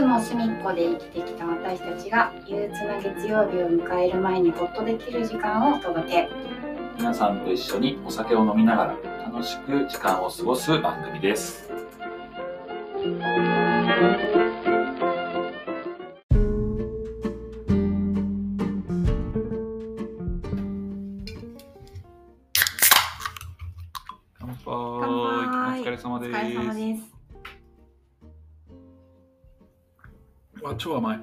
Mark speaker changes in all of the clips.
Speaker 1: の隅っこで生きてきた私たちが憂鬱な月曜日を迎える前にほっとできる時間をお届け
Speaker 2: 皆さんと一緒にお酒を飲みながら楽しく時間を過ごす番組です。乾杯。
Speaker 1: 乾杯
Speaker 2: お疲れ様
Speaker 1: お
Speaker 2: で
Speaker 1: 疲れ様
Speaker 2: す。
Speaker 1: です
Speaker 2: わ、超甘い。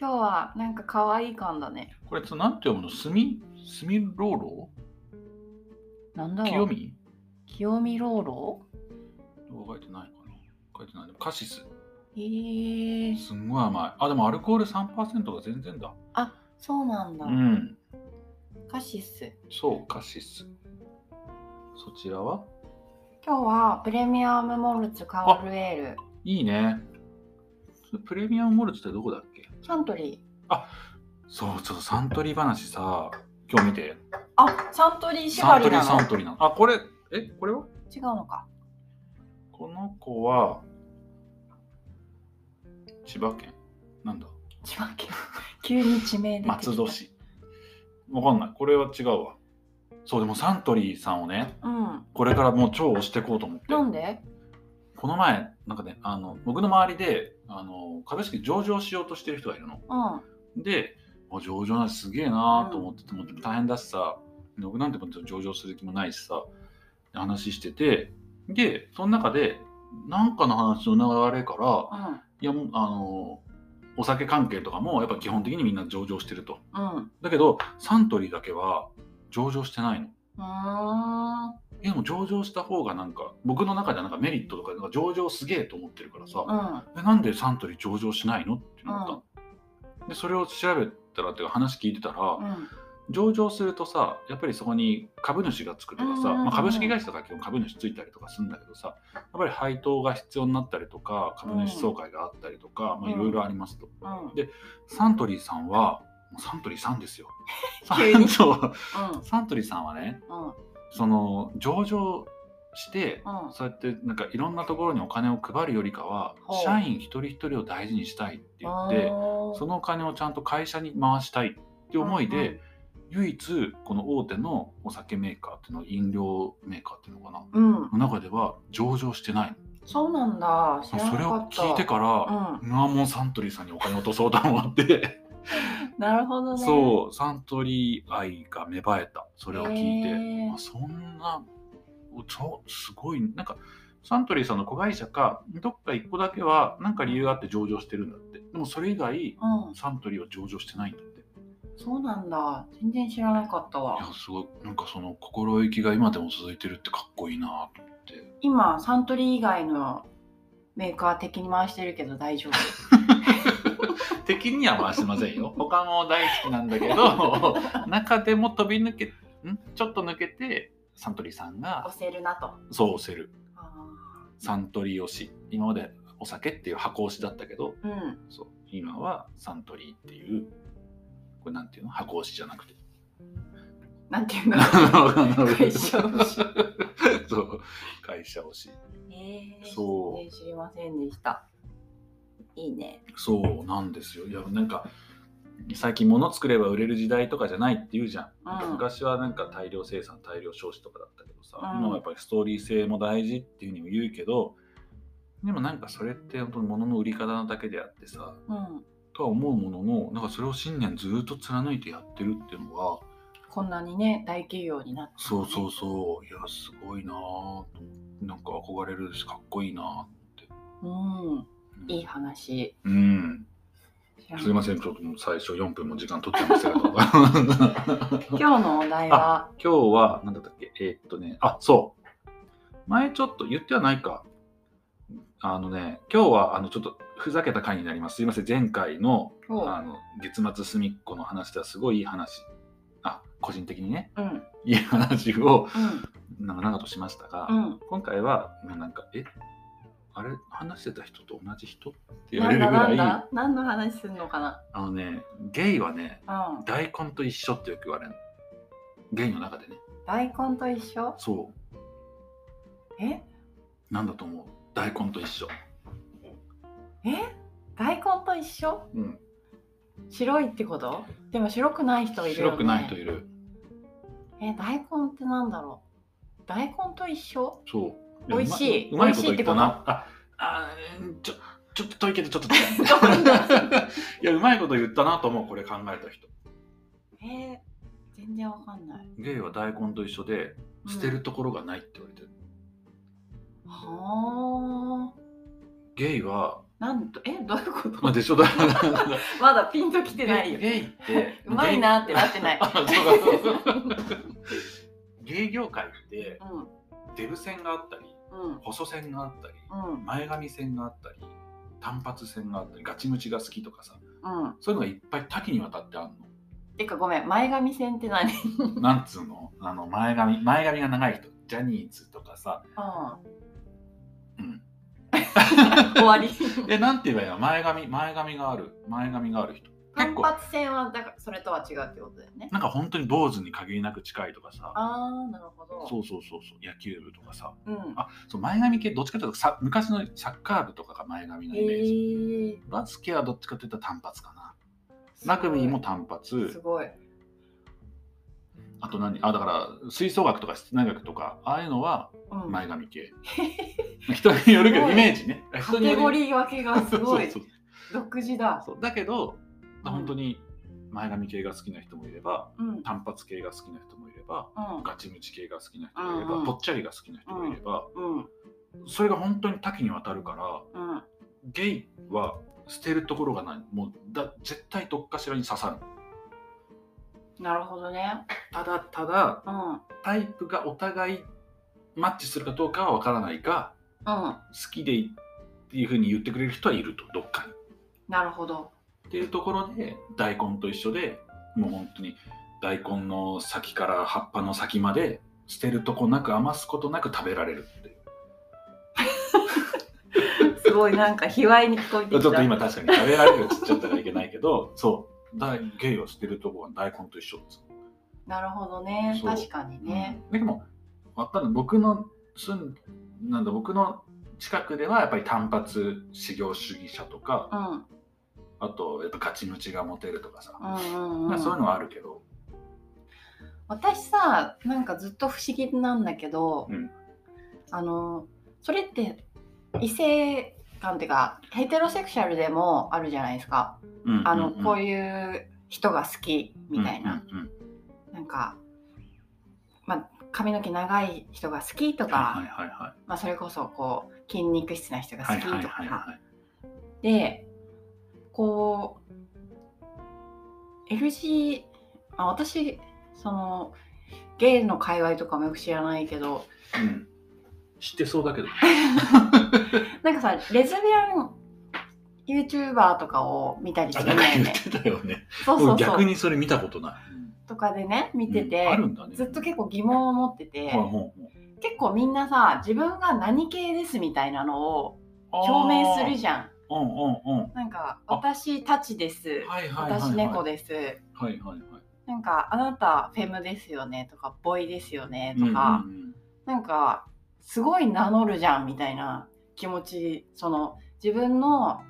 Speaker 1: 今日はなんか可愛い感だね
Speaker 2: これ、ちょっとなんて読むの、スミ、スミローロ
Speaker 1: なんだろう
Speaker 2: 清見。
Speaker 1: 清見ローロ
Speaker 2: 書いてないかな。書いてない。でもカシス。
Speaker 1: へえー、
Speaker 2: すんごい甘い。あ、でもアルコール3%が全然だ。
Speaker 1: あそうなんだ、
Speaker 2: うん。
Speaker 1: カシス
Speaker 2: そう、カシス。そちらは
Speaker 1: 今日はプレミアムモルツカールエール
Speaker 2: いいね。それプレミアムモルツってどこだっけ
Speaker 1: サントリ
Speaker 2: そう、ちょっとサントリー話さ、今日見て。
Speaker 1: ーあサントリー縛
Speaker 2: サント
Speaker 1: り
Speaker 2: リー
Speaker 1: な
Speaker 2: サ
Speaker 1: の
Speaker 2: ントリーなの。あ、これ、え、これは
Speaker 1: 違うのか
Speaker 2: この子は、千葉県。なんだ
Speaker 1: 千葉県急に地名出てきた
Speaker 2: 松戸市。わかんない。これは違うわ。そう、でもサントリーさんをね、
Speaker 1: うん
Speaker 2: これからもう超押していこうと思って。
Speaker 1: なんで
Speaker 2: この前、なんかね、あの僕の周りであの株式上場しようとしてる人がいるの。
Speaker 1: うん
Speaker 2: で、あ上場なんてすげえなーと思ってて、もう大変だしさ、で僕なんてもう上場する気もないしさ、で話してて、で、その中で、なんかの話の流れから、
Speaker 1: うん
Speaker 2: いやもう、あの、お酒関係とかもやっぱ基本的にみんな上場してると。
Speaker 1: うんう
Speaker 2: だけど、サントリーだけは上場してないの。
Speaker 1: ーん
Speaker 2: え、でも上場した方がなんか、僕の中ではなんかメリットとか、なんか上場すげえと思ってるからさ、
Speaker 1: うん
Speaker 2: えなんでサントリー上場しないのって思ったの、でそれを調べたらっていうか話聞いてたら、
Speaker 1: うん
Speaker 2: 上場するとさやっぱりそこに株主がつくとかさ、
Speaker 1: うんうんうん
Speaker 2: まあ、株式会社とか基本株主ついたりとかするんだけどさやっぱり配当が必要になったりとか株主総会があったりとか、
Speaker 1: ん
Speaker 2: まあいろいろありますと、
Speaker 1: うんうん
Speaker 2: サントリーさんはもうサントリーさんですよ
Speaker 1: 急に
Speaker 2: そうサントリーさんはね
Speaker 1: うん
Speaker 2: その上場して
Speaker 1: うん
Speaker 2: そうやってなんかいろんなところにお金を配るよりかは
Speaker 1: ほう
Speaker 2: 社員一人一人を大事にしたいって言って
Speaker 1: あー
Speaker 2: そのお金をちゃんと会社に回したいって思いで、唯一この大手のお酒メーカーっていうの飲料メーカーっていうのかな
Speaker 1: うん
Speaker 2: の中では上場してない
Speaker 1: そうなんだ知
Speaker 2: そ
Speaker 1: らな
Speaker 2: れ
Speaker 1: か
Speaker 2: を
Speaker 1: った
Speaker 2: 聞いてから、
Speaker 1: う
Speaker 2: うわもうサントリーさんにお金落とそうと思って、
Speaker 1: んなるほどね
Speaker 2: そうサントリー愛が芽生えたそれを聞いて、
Speaker 1: へー
Speaker 2: あそんなおそうすごいなんかサントリーさんの子会社かどっか一個だけはなんか理由があって上場してるんだってでもそれ以外
Speaker 1: うん
Speaker 2: サントリーは上場してないんだって
Speaker 1: そうなんだ全然知らなかった
Speaker 2: いや
Speaker 1: わ
Speaker 2: すごいなんかその心意気が今でも続いてるってかっこいい なと思って
Speaker 1: 今サントリー以外のメーカー的に回してるけど大丈夫
Speaker 2: 敵には回しませんよ他も大好きなんだけど 中でも飛び抜けんちょっと抜けてサントリーさんが
Speaker 1: 押せるなと
Speaker 2: そう押せる
Speaker 1: あ
Speaker 2: サントリー推し今までお酒っていう箱推しだったけど
Speaker 1: ーうん
Speaker 2: そう今はサントリーっていうこれなんていうの箱推しじゃなく て
Speaker 1: なんていうんだろう
Speaker 2: 会
Speaker 1: 会社推し
Speaker 2: そう会社推し
Speaker 1: えー、
Speaker 2: そう
Speaker 1: 全然知りませんでしたいいね
Speaker 2: そうなんですよ。いやなんか最近物作れば売れる時代とかじゃないって言うじゃん。
Speaker 1: うん
Speaker 2: 昔はなんか大量生産大量消費とかだったけどさ、
Speaker 1: うん
Speaker 2: 今はやっぱりストーリー性も大事っていうふうにも言うけどでもなんかそれって本当に物の売り方だけであってさ
Speaker 1: うん
Speaker 2: とは思うもののなんかそれを信念ずっと貫いてやってるっていうのは
Speaker 1: こんなにね大企業になって
Speaker 2: そうそうそういやすごいなぁとなんか憧れるしかっこいいな
Speaker 1: うん
Speaker 2: ぁ
Speaker 1: いい話
Speaker 2: うん
Speaker 1: 知らな
Speaker 2: すいませんちょっともう最初4分も時間取ってましたけど。
Speaker 1: 今日のお題は
Speaker 2: 今日は、なんだったっけえーっとね、あ、そう。前ちょっと言ってはないか。あのね、今日は、あの、ちょっとふざけた回になります。すいません、前回の、あ
Speaker 1: 今
Speaker 2: の、月末すみっこの話ではすごいいい話。あ、個人的にね、
Speaker 1: 日うん
Speaker 2: いい話を、
Speaker 1: うん
Speaker 2: なんか長々としましたが、
Speaker 1: うん
Speaker 2: 今回は、まあなんか、え、あれ、話してた人と同じ人って言わ
Speaker 1: な
Speaker 2: れ
Speaker 1: ん
Speaker 2: る
Speaker 1: だ
Speaker 2: ぐ
Speaker 1: なん
Speaker 2: らい、
Speaker 1: だ何の話すんのか
Speaker 2: あのね、ゲイはね、
Speaker 1: なうん
Speaker 2: 大根と一緒ってよく言われるの。ゲイの中でね。
Speaker 1: 大根と一緒
Speaker 2: そう。
Speaker 1: え
Speaker 2: なんだと思う大根と一緒
Speaker 1: 大根と一緒
Speaker 2: うん、
Speaker 1: 白いってことでも白くない人いるよ、ね、
Speaker 2: 白くない人いる
Speaker 1: え大根ってなんだろう大根と一緒
Speaker 2: そう
Speaker 1: 美味しいう
Speaker 2: まうまい
Speaker 1: 美味し
Speaker 2: こと
Speaker 1: いっ
Speaker 2: 言
Speaker 1: て
Speaker 2: っ
Speaker 1: こ
Speaker 2: た
Speaker 1: と
Speaker 2: なああーちょちょっと遠いけどちょっと
Speaker 1: うなん
Speaker 2: いやうまいこと言ったなと思うこれ考えた人
Speaker 1: えー、全然わかんない
Speaker 2: ゲイは大根と一緒で捨てるところがないって言われてる、
Speaker 1: はあ
Speaker 2: ゲイは
Speaker 1: なんとえどういうこと
Speaker 2: まあ でしょだ
Speaker 1: まだピンときてないよ
Speaker 2: ゲイって
Speaker 1: うまいなってなってない
Speaker 2: あそうかそうかゲイ業界って
Speaker 1: うん
Speaker 2: デブ線があったり
Speaker 1: うん
Speaker 2: 細線があったり
Speaker 1: うん
Speaker 2: 前髪線があったり単発線があったりガチムチが好きとかさ
Speaker 1: うん
Speaker 2: そういうのがいっぱい多岐にわたってある
Speaker 1: てかごめん前髪線って何うん
Speaker 2: のなんつうのあの前髪前髪が長い人ジャニーズとかさうん
Speaker 1: 終わ り
Speaker 2: でなん て言えばいいの前髪前髪がある前髪がある人
Speaker 1: 単
Speaker 2: 結構
Speaker 1: 発線はだからそれとは違うってことだよね
Speaker 2: なんか本当に坊主に限りなく近いとかさ
Speaker 1: ああなるほど
Speaker 2: そうそうそうそう野球部とかさ
Speaker 1: うん
Speaker 2: あそう前髪系どっちかというとさ昔のサッカー部とかが前髪の
Speaker 1: へ
Speaker 2: イメージ、
Speaker 1: え
Speaker 2: バスケはどっちかというと単発かなラグビーも単
Speaker 1: す
Speaker 2: 発
Speaker 1: ごい
Speaker 2: あと何あだから吹奏楽とか室内楽とかああいうのは
Speaker 1: うん
Speaker 2: 前髪系、人によるけ
Speaker 1: すご
Speaker 2: ど
Speaker 1: い
Speaker 2: イメージね
Speaker 1: カテゴ
Speaker 2: ー
Speaker 1: リー分けがすごい
Speaker 2: そうそう
Speaker 1: 独自だ
Speaker 2: そうだけど
Speaker 1: うん
Speaker 2: 本当に前髪系が好きな人もいれば
Speaker 1: うんうん
Speaker 2: 単発系が好きな人もいればガチムチ系が好きな人もいれ
Speaker 1: うんう
Speaker 2: ば
Speaker 1: ん
Speaker 2: ぽっちゃりが好きな人もいれば
Speaker 1: うん
Speaker 2: それが本当に多岐にわたるから
Speaker 1: うん
Speaker 2: ゲイは捨てるところがないもうだ絶対どっかしらに刺さる
Speaker 1: なるほどね
Speaker 2: ただただ
Speaker 1: うんうん
Speaker 2: タイプがお互いマッチするかどうかは分からないが好きでいっていうふうに言ってくれる人はいるとどっかに
Speaker 1: なるほど
Speaker 2: っていうところで大根と一緒でもう本当に大根の先から葉っぱの先まで捨てるとこなく余すことなく食べられるっていう
Speaker 1: すごいなんか卑猥に聞こえて
Speaker 2: ちょ
Speaker 1: き
Speaker 2: ったと今確かに食べられるって言っちゃったらいけない けどそうだゲイを捨てるとこは大根と一緒です
Speaker 1: なるほどね
Speaker 2: そう
Speaker 1: 確かにね
Speaker 2: うんでもわかんない僕の住んなんだ僕の近くではやっぱり単発修行主義者とか
Speaker 1: うんうん
Speaker 2: あとやっぱガチムチがモテるとかさ、
Speaker 1: うんう
Speaker 2: まあそういうんのはあるけど
Speaker 1: 私さなんかずっと不思議なんだけど
Speaker 2: うん
Speaker 1: あのそれって異性感っていうかヘテロセクシャルでもあるじゃないですかあの、こう
Speaker 2: いう
Speaker 1: いう人が好きみたいな、
Speaker 2: うんうんうん
Speaker 1: なんか、まあ、髪の毛長い人が好きとか、
Speaker 2: はいはいは
Speaker 1: まあ、それこそこう筋肉質な人が好
Speaker 2: い
Speaker 1: きとか、
Speaker 2: はいはいはい
Speaker 1: でこう LG、まあ、私そのゲイの界隈とかもよく知らないけど
Speaker 2: うん知ってそうだけど
Speaker 1: なんかさレズビアン YouTuber とかを見たりす
Speaker 2: あ
Speaker 1: るん
Speaker 2: なん
Speaker 1: だよ
Speaker 2: か言っ
Speaker 1: ね。
Speaker 2: てたよね
Speaker 1: そうそう
Speaker 2: 俺
Speaker 1: そ
Speaker 2: 逆
Speaker 1: う
Speaker 2: にそれ見たことな
Speaker 1: とかでね見
Speaker 2: い
Speaker 1: てて、
Speaker 2: うんあるんだね
Speaker 1: ずっと結構疑問を持ってて、
Speaker 2: はいもうもう
Speaker 1: 結構みんなさ自分が何系ですみたいなのを
Speaker 2: あー
Speaker 1: 表明するじゃん。
Speaker 2: うんうんうん
Speaker 1: なんか
Speaker 2: あ
Speaker 1: 私たちです、
Speaker 2: はいはいはいはい
Speaker 1: 私猫です、
Speaker 2: はいはいはい
Speaker 1: なんかあなたフェムですよねとかボーイですよねとか、
Speaker 2: うんうんうん
Speaker 1: なんかすごい名乗るじゃんみたいな気持ちその自分の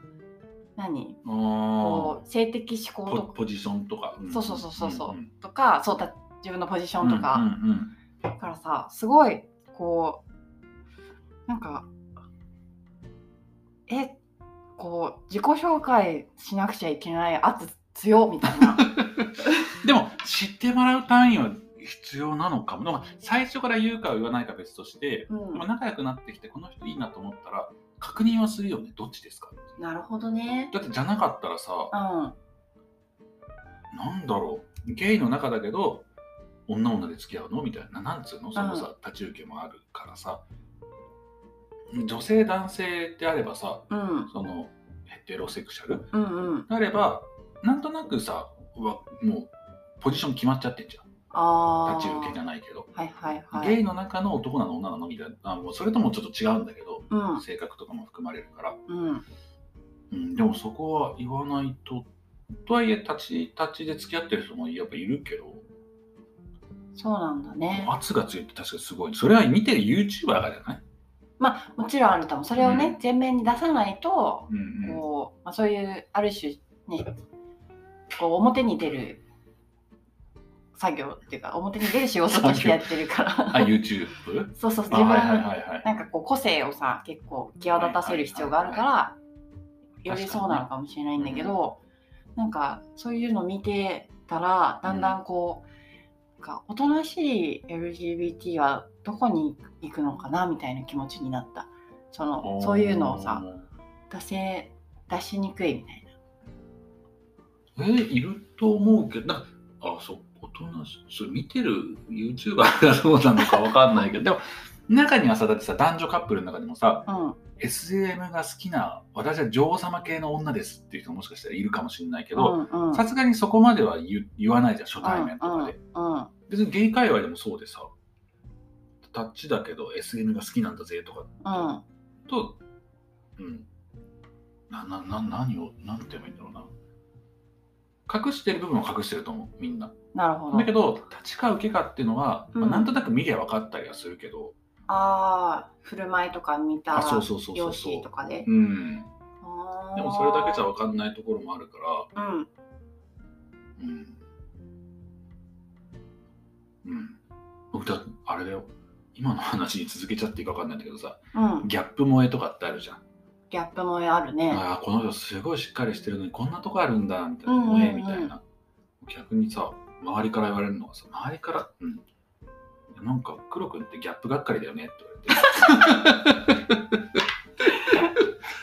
Speaker 1: 何
Speaker 2: あ
Speaker 1: こう性的思
Speaker 2: あ
Speaker 1: 考
Speaker 2: ポ
Speaker 1: と
Speaker 2: ポジションとか、
Speaker 1: そうそうそうそうそう
Speaker 2: うんうん
Speaker 1: とかそうた自分のポジショ
Speaker 2: う
Speaker 1: ン
Speaker 2: ん
Speaker 1: とか。
Speaker 2: うんうん
Speaker 1: だからさすごいこうなんかえこう自己紹介しなくちゃいけない圧強みたいな
Speaker 2: でも知ってもらう単位は必要なのかもなんか最初から言うか言わないか別として、
Speaker 1: うん
Speaker 2: まあ仲良くなってきてこの人いいなと思ったら確認はするよねどっちですか
Speaker 1: なるほどね
Speaker 2: だってじゃなかったらさ
Speaker 1: うん
Speaker 2: なんだろうゲイの中だけど女女で付き合うのみたいななんつうのそのさ、立ち受けもあるからさ女性男性であればさ
Speaker 1: うん
Speaker 2: そのヘテロセクシャル
Speaker 1: うんうん
Speaker 2: なればなんとなくさはもうポジション決まっちゃってんじゃ
Speaker 1: あ
Speaker 2: ん
Speaker 1: あ
Speaker 2: 立ち受けじゃないけど、
Speaker 1: はいはいは
Speaker 2: ゲ
Speaker 1: い
Speaker 2: イの中の男なの女なのみたいなあもうそれともちょっと違うんだけど、
Speaker 1: うん
Speaker 2: 性格とかも含まれるから、
Speaker 1: うん
Speaker 2: うん、でもそこは言わないととはいえ立ち立ちで付き合ってる人もやっぱいるけど
Speaker 1: そうなんだね
Speaker 2: 圧が強いって確かすごいそれは見てる YouTuber がじゃない、
Speaker 1: まあもちろんあると思うそれをね、
Speaker 2: う
Speaker 1: 前面に出さないと
Speaker 2: うんうん
Speaker 1: こど、まあ、そういうある種ねこう表に出る作業っていうか表に出る仕事としてやってるから
Speaker 2: あ、YouTube?
Speaker 1: そうそう自
Speaker 2: あ
Speaker 1: 分
Speaker 2: はい
Speaker 1: の
Speaker 2: はいはいはい。
Speaker 1: なんかこう個性をさ結構際立たせる必要があるから、
Speaker 2: いはいはい
Speaker 1: よりそうなのかもしれないんだけど、なんかそういうの見てたらだんだんこう、なんかおとなしい LGBT はどこに行くのかなみたいな気持ちになったその そういうのをさ出せ出しにくいみたいな
Speaker 2: えーいると思うけど、なんかあ、そう、大人し、それ見てる YouTuber がどうなのかわかんないけど、でも、中にはさ、だってさ、男女カップルの中でもさ、。
Speaker 1: うん
Speaker 2: SM が好きな、私は女王様系の女ですっていう人もしかしたらいるかもしれないけ
Speaker 1: う
Speaker 2: ど、
Speaker 1: んうん
Speaker 2: さすがにそこまでは言う言わないじゃん、初対面とかで。
Speaker 1: うんうん
Speaker 2: 別にゲイ界隈でもそうでさ、タッチだけど SM が好きなんだぜとか
Speaker 1: うん
Speaker 2: と、うん、な、な、な、何を、なんて言えばいいんだろうな。隠してる部分を隠してると思う、みんな。
Speaker 1: なるほど
Speaker 2: だけど、立ちか受けかっていうのは、まあ
Speaker 1: うん
Speaker 2: なんとなく見りゃ分かったりはするけど、
Speaker 1: ああ振る舞いとか見た
Speaker 2: あ、そうそうそうそ
Speaker 1: 容
Speaker 2: うそ
Speaker 1: 姿と
Speaker 2: う。
Speaker 1: かで
Speaker 2: うん。で
Speaker 1: で
Speaker 2: もそれだけじゃ分かんないところもあるか
Speaker 1: うん
Speaker 2: ら、うん。うん。僕だ、あれだよ。今の話続けちゃっていいか分かんないんだけどさ、
Speaker 1: うん、
Speaker 2: ギャップ萌えとかってあるじゃん。
Speaker 1: ギャップ萌えあるね。
Speaker 2: ああこの人すごいしっかりしてるのにこんなとこあるんだみたいな、
Speaker 1: うんうんうん
Speaker 2: 萌えみたいな逆にさ周りから言われるのがさ周りから「うんいやなんか黒くんってギャップがっかりだよね」って言われて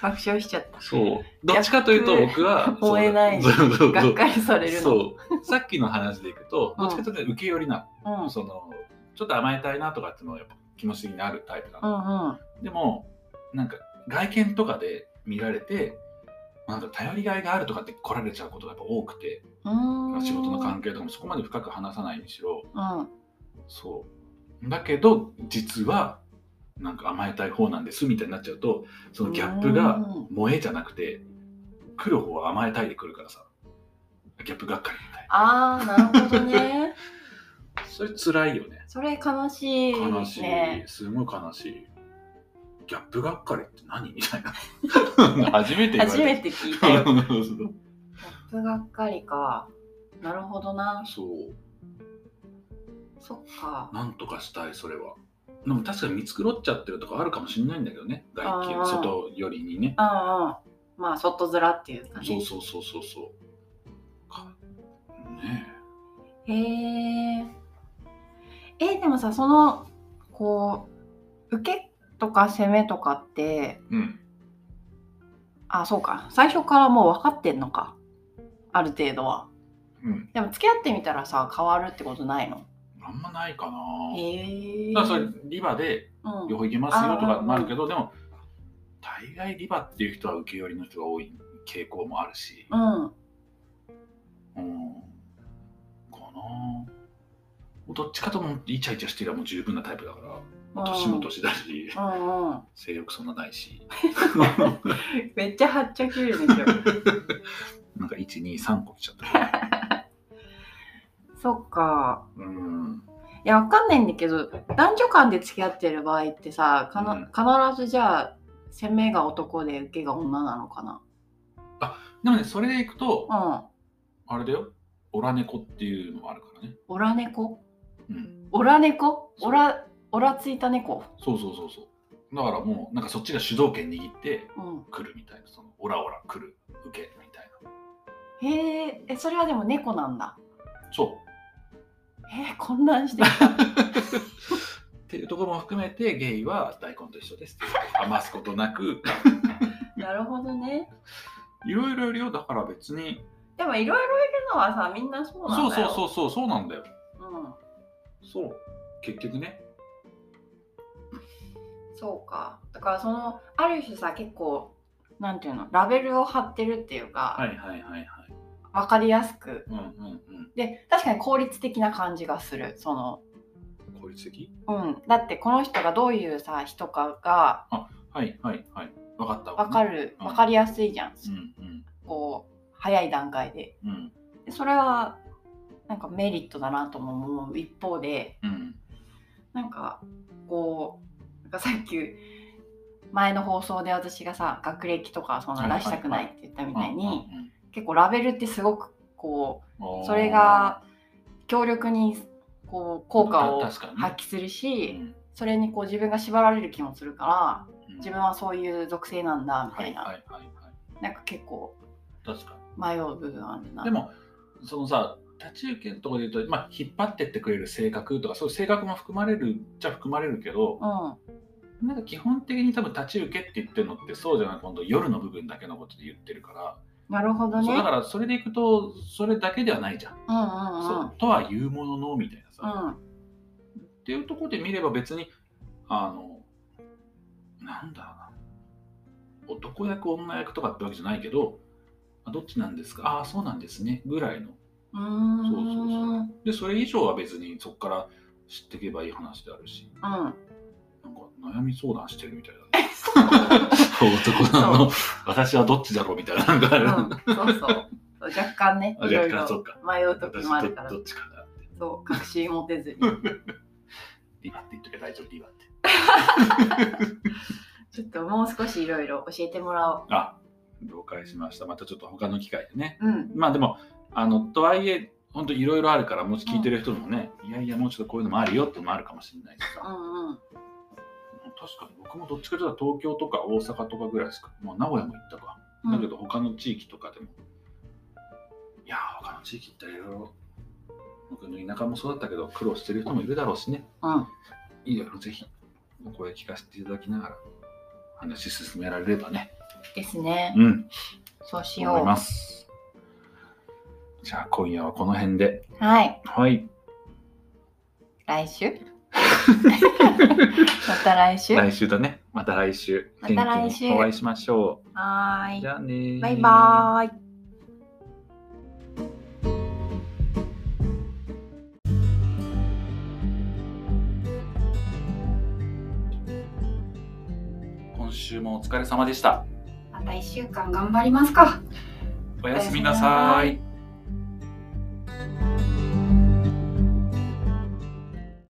Speaker 1: 爆笑しちゃった。
Speaker 2: そう どっちかというと
Speaker 1: ギャップ
Speaker 2: 僕は
Speaker 1: 萌えない
Speaker 2: そうそうそう
Speaker 1: がっかりされるの。
Speaker 2: そうさっきの話でいくと
Speaker 1: うん
Speaker 2: どっちかというと受け寄りな、
Speaker 1: うん、うん
Speaker 2: そのちょっと甘えたいなとかっていうのはやっぱ気持ち的にあるタイプなの、
Speaker 1: うん。
Speaker 2: でもなんか外見とかで見られてなんか頼りがいがあるとかって来られちゃうことがやっぱ多くて、
Speaker 1: うーん。
Speaker 2: 仕事の関係とかもそこまで深く話さないにしろ
Speaker 1: うん。
Speaker 2: そうだけど実はなんか甘えたい方なんですみたいになっちゃうとそのギャップ
Speaker 1: う
Speaker 2: が
Speaker 1: ん
Speaker 2: 萌えじゃなくて来る方は甘えたいで来るからさギャップがっかりみたい
Speaker 1: ああ、なるほどね。
Speaker 2: なそれ辛いよね
Speaker 1: それ悲しい
Speaker 2: 悲しい、
Speaker 1: ね。
Speaker 2: すごい悲しいギャップがっかりって何み たいな初めて言わ
Speaker 1: 初め
Speaker 2: れ
Speaker 1: て聞い
Speaker 2: た
Speaker 1: たよ。ギ
Speaker 2: そう
Speaker 1: ャップがっかりか。なるほどな。
Speaker 2: そう
Speaker 1: そっか。
Speaker 2: なんとかしたいそれはでも確かに見繕っちゃってるとかあるかもしれないんだけどね外
Speaker 1: あ
Speaker 2: 見
Speaker 1: ー
Speaker 2: 外寄りにね
Speaker 1: うんうん。まあ、外面っていうか
Speaker 2: そう
Speaker 1: ね。
Speaker 2: そうそうそうそう。かね
Speaker 1: へえ。え、でもさ、その、こう、受けとか攻めとかって、
Speaker 2: え。うん。
Speaker 1: あ、そうか。最初からもう分かってんのか。ある程度は。
Speaker 2: うん。
Speaker 1: でも付き合ってみたらさ、変わるってことないの
Speaker 2: あんまないかな。
Speaker 1: へえ。
Speaker 2: だからそれリバで
Speaker 1: うん
Speaker 2: 両方行けますよ
Speaker 1: あ
Speaker 2: とか
Speaker 1: ー
Speaker 2: もあるけど、でも大概リバっていう人は受け寄りの人が多い傾向もあるし。
Speaker 1: うん。
Speaker 2: うん。かな。どっちかともイチャイチャしてりゃもう十分なタイプだから、まあ、年も年だし、
Speaker 1: うんうん。
Speaker 2: 性欲そんなない し、
Speaker 1: めっちゃはっちゃけるでしょ。
Speaker 2: なんか1、2、3個来ちゃった。
Speaker 1: そっか。
Speaker 2: うん。
Speaker 1: いや、わかんないんだけど、男女間で付き合ってる場合ってさ、かな必ずじゃあ、攻めが男で受けが女なのかな。
Speaker 2: でもね、それでいくと、
Speaker 1: うん。
Speaker 2: あれだよ、オラ猫っていうのもあるからね。
Speaker 1: オラ猫
Speaker 2: うん。
Speaker 1: オラ猫
Speaker 2: そう
Speaker 1: オラ、オラついた猫。
Speaker 2: そうそうそうそうだからもうなんかそっちが主導権握って
Speaker 1: うん。
Speaker 2: 来るみたいなそのオラオラ来る受けみたい
Speaker 1: へえ、え、それはでも猫なんだ。
Speaker 2: なそう
Speaker 1: えー、混乱してきた。
Speaker 2: っていうところも含めてゲイは大根と一緒です っていう余すことなく
Speaker 1: なるほどね。
Speaker 2: いろいろいるよだから別に
Speaker 1: でもいろいろいるのはさ、みんなそうな
Speaker 2: そ
Speaker 1: ん
Speaker 2: う
Speaker 1: だ
Speaker 2: そ
Speaker 1: よ。
Speaker 2: うそうそうそうなんだよ
Speaker 1: う。うん。
Speaker 2: そう結局ね
Speaker 1: そうか。だからそのある種さ結構なんていうのラベルを貼ってるっていうか、
Speaker 2: はいはいはいはい
Speaker 1: 分かりやすく
Speaker 2: うんうん
Speaker 1: で確かに効率的な感じがするその、
Speaker 2: うん効率的
Speaker 1: うん、だってこの人がどういうさ人かが
Speaker 2: はいはいはい分かったわ
Speaker 1: 分か
Speaker 2: る
Speaker 1: る
Speaker 2: うん
Speaker 1: 分かりやすいじゃん、
Speaker 2: うんうん
Speaker 1: こう早い段階で
Speaker 2: うん
Speaker 1: でそれはなんかメリットだなとも思う一方で
Speaker 2: うん
Speaker 1: なんかこうなんかさっき前の放送で私がさ学歴とかそんな出したくないって言ったみたい
Speaker 2: うんうん
Speaker 1: に結構ラベルってすごくこ
Speaker 2: うんあ
Speaker 1: う
Speaker 2: ー
Speaker 1: それが強力にこう効果を
Speaker 2: 確かにね
Speaker 1: 発揮する
Speaker 2: う
Speaker 1: し
Speaker 2: ん
Speaker 1: それにこう自分が縛られる気もするから
Speaker 2: うん
Speaker 1: 自分はそういう属性なんだみ
Speaker 2: は
Speaker 1: たい
Speaker 2: い
Speaker 1: な
Speaker 2: はいはいはい
Speaker 1: なんか結構
Speaker 2: 確か
Speaker 1: 迷う部分あるな
Speaker 2: にでもそのさ立ち受けのところで言うと、まあ、引っ張ってってくれる性格とかそういう性格も含まれるっちゃ含まれるけど
Speaker 1: う、ん
Speaker 2: なんか基本的に多分立ち受けって言ってるのってそうじゃない今度夜の部分だけのことで言ってるから、
Speaker 1: なるほどね
Speaker 2: そうだからそれでいくとそれだけではないじゃん、
Speaker 1: うん
Speaker 2: そうとは言うもののみたいなさ、
Speaker 1: うんうんうん
Speaker 2: っていうところで見れば別にあのなんだろうな男役女役とかってわけじゃないけどあどっちなんですかああそうなんですねぐらいの
Speaker 1: うーん
Speaker 2: そうそうそうでそれ以上は別にそこから知っていけばいい話であるし
Speaker 1: うん
Speaker 2: なんか悩み相談してるみたいだね男なの私はどっちだろうみたいななんかある、
Speaker 1: うん、そうそう。そう若干ね、
Speaker 2: あ
Speaker 1: いろい
Speaker 2: 若干そ
Speaker 1: ろ
Speaker 2: っか
Speaker 1: 迷う時
Speaker 2: 私
Speaker 1: もあ
Speaker 2: ど
Speaker 1: るから
Speaker 2: ど、っちかなって
Speaker 1: そう、確信持てずに。
Speaker 2: リバって言っとけば大丈夫リバって
Speaker 1: ちょっともう少しいろいろ教えてもらおう。
Speaker 2: あ了解しましたまたちょっと他の機会でね
Speaker 1: うん、
Speaker 2: まあでも、あのとはいえ、本当いろいろあるから、もし聞いてる人もね、いやいや、もうちょっとこういうのもあるよってのもあるかもしれないし
Speaker 1: う
Speaker 2: さ、
Speaker 1: ん、うん。
Speaker 2: 確かに僕もどっちかというと東京とか大阪とかぐらいですか、まあ、名古屋も行ったか、
Speaker 1: うん
Speaker 2: だけど他の地域とかでも、いやー、他の地域行ったらいろいろ、僕の田舎もそうだったけど、苦労してる人もいるだろうしね、
Speaker 1: うん、
Speaker 2: いろいろぜひ、お声聞かせていただきながら、話進められればね、
Speaker 1: ですね。
Speaker 2: うん、
Speaker 1: そうし
Speaker 2: 思い
Speaker 1: よ
Speaker 2: ます。じゃあ今夜はこの辺で、
Speaker 1: う。はい、
Speaker 2: はい。
Speaker 1: 来 週。また来週。
Speaker 2: 来週だね。また来週。
Speaker 1: また来週
Speaker 2: 元気にお会いしましょ
Speaker 1: は
Speaker 2: う。
Speaker 1: ー
Speaker 2: じ
Speaker 1: い。
Speaker 2: ゃあね。
Speaker 1: バイバーイ。
Speaker 2: 今週もお疲れ様でした。
Speaker 3: また1週間頑張りますか
Speaker 2: おやすみなさ
Speaker 1: おやすみなさ
Speaker 2: い
Speaker 1: い。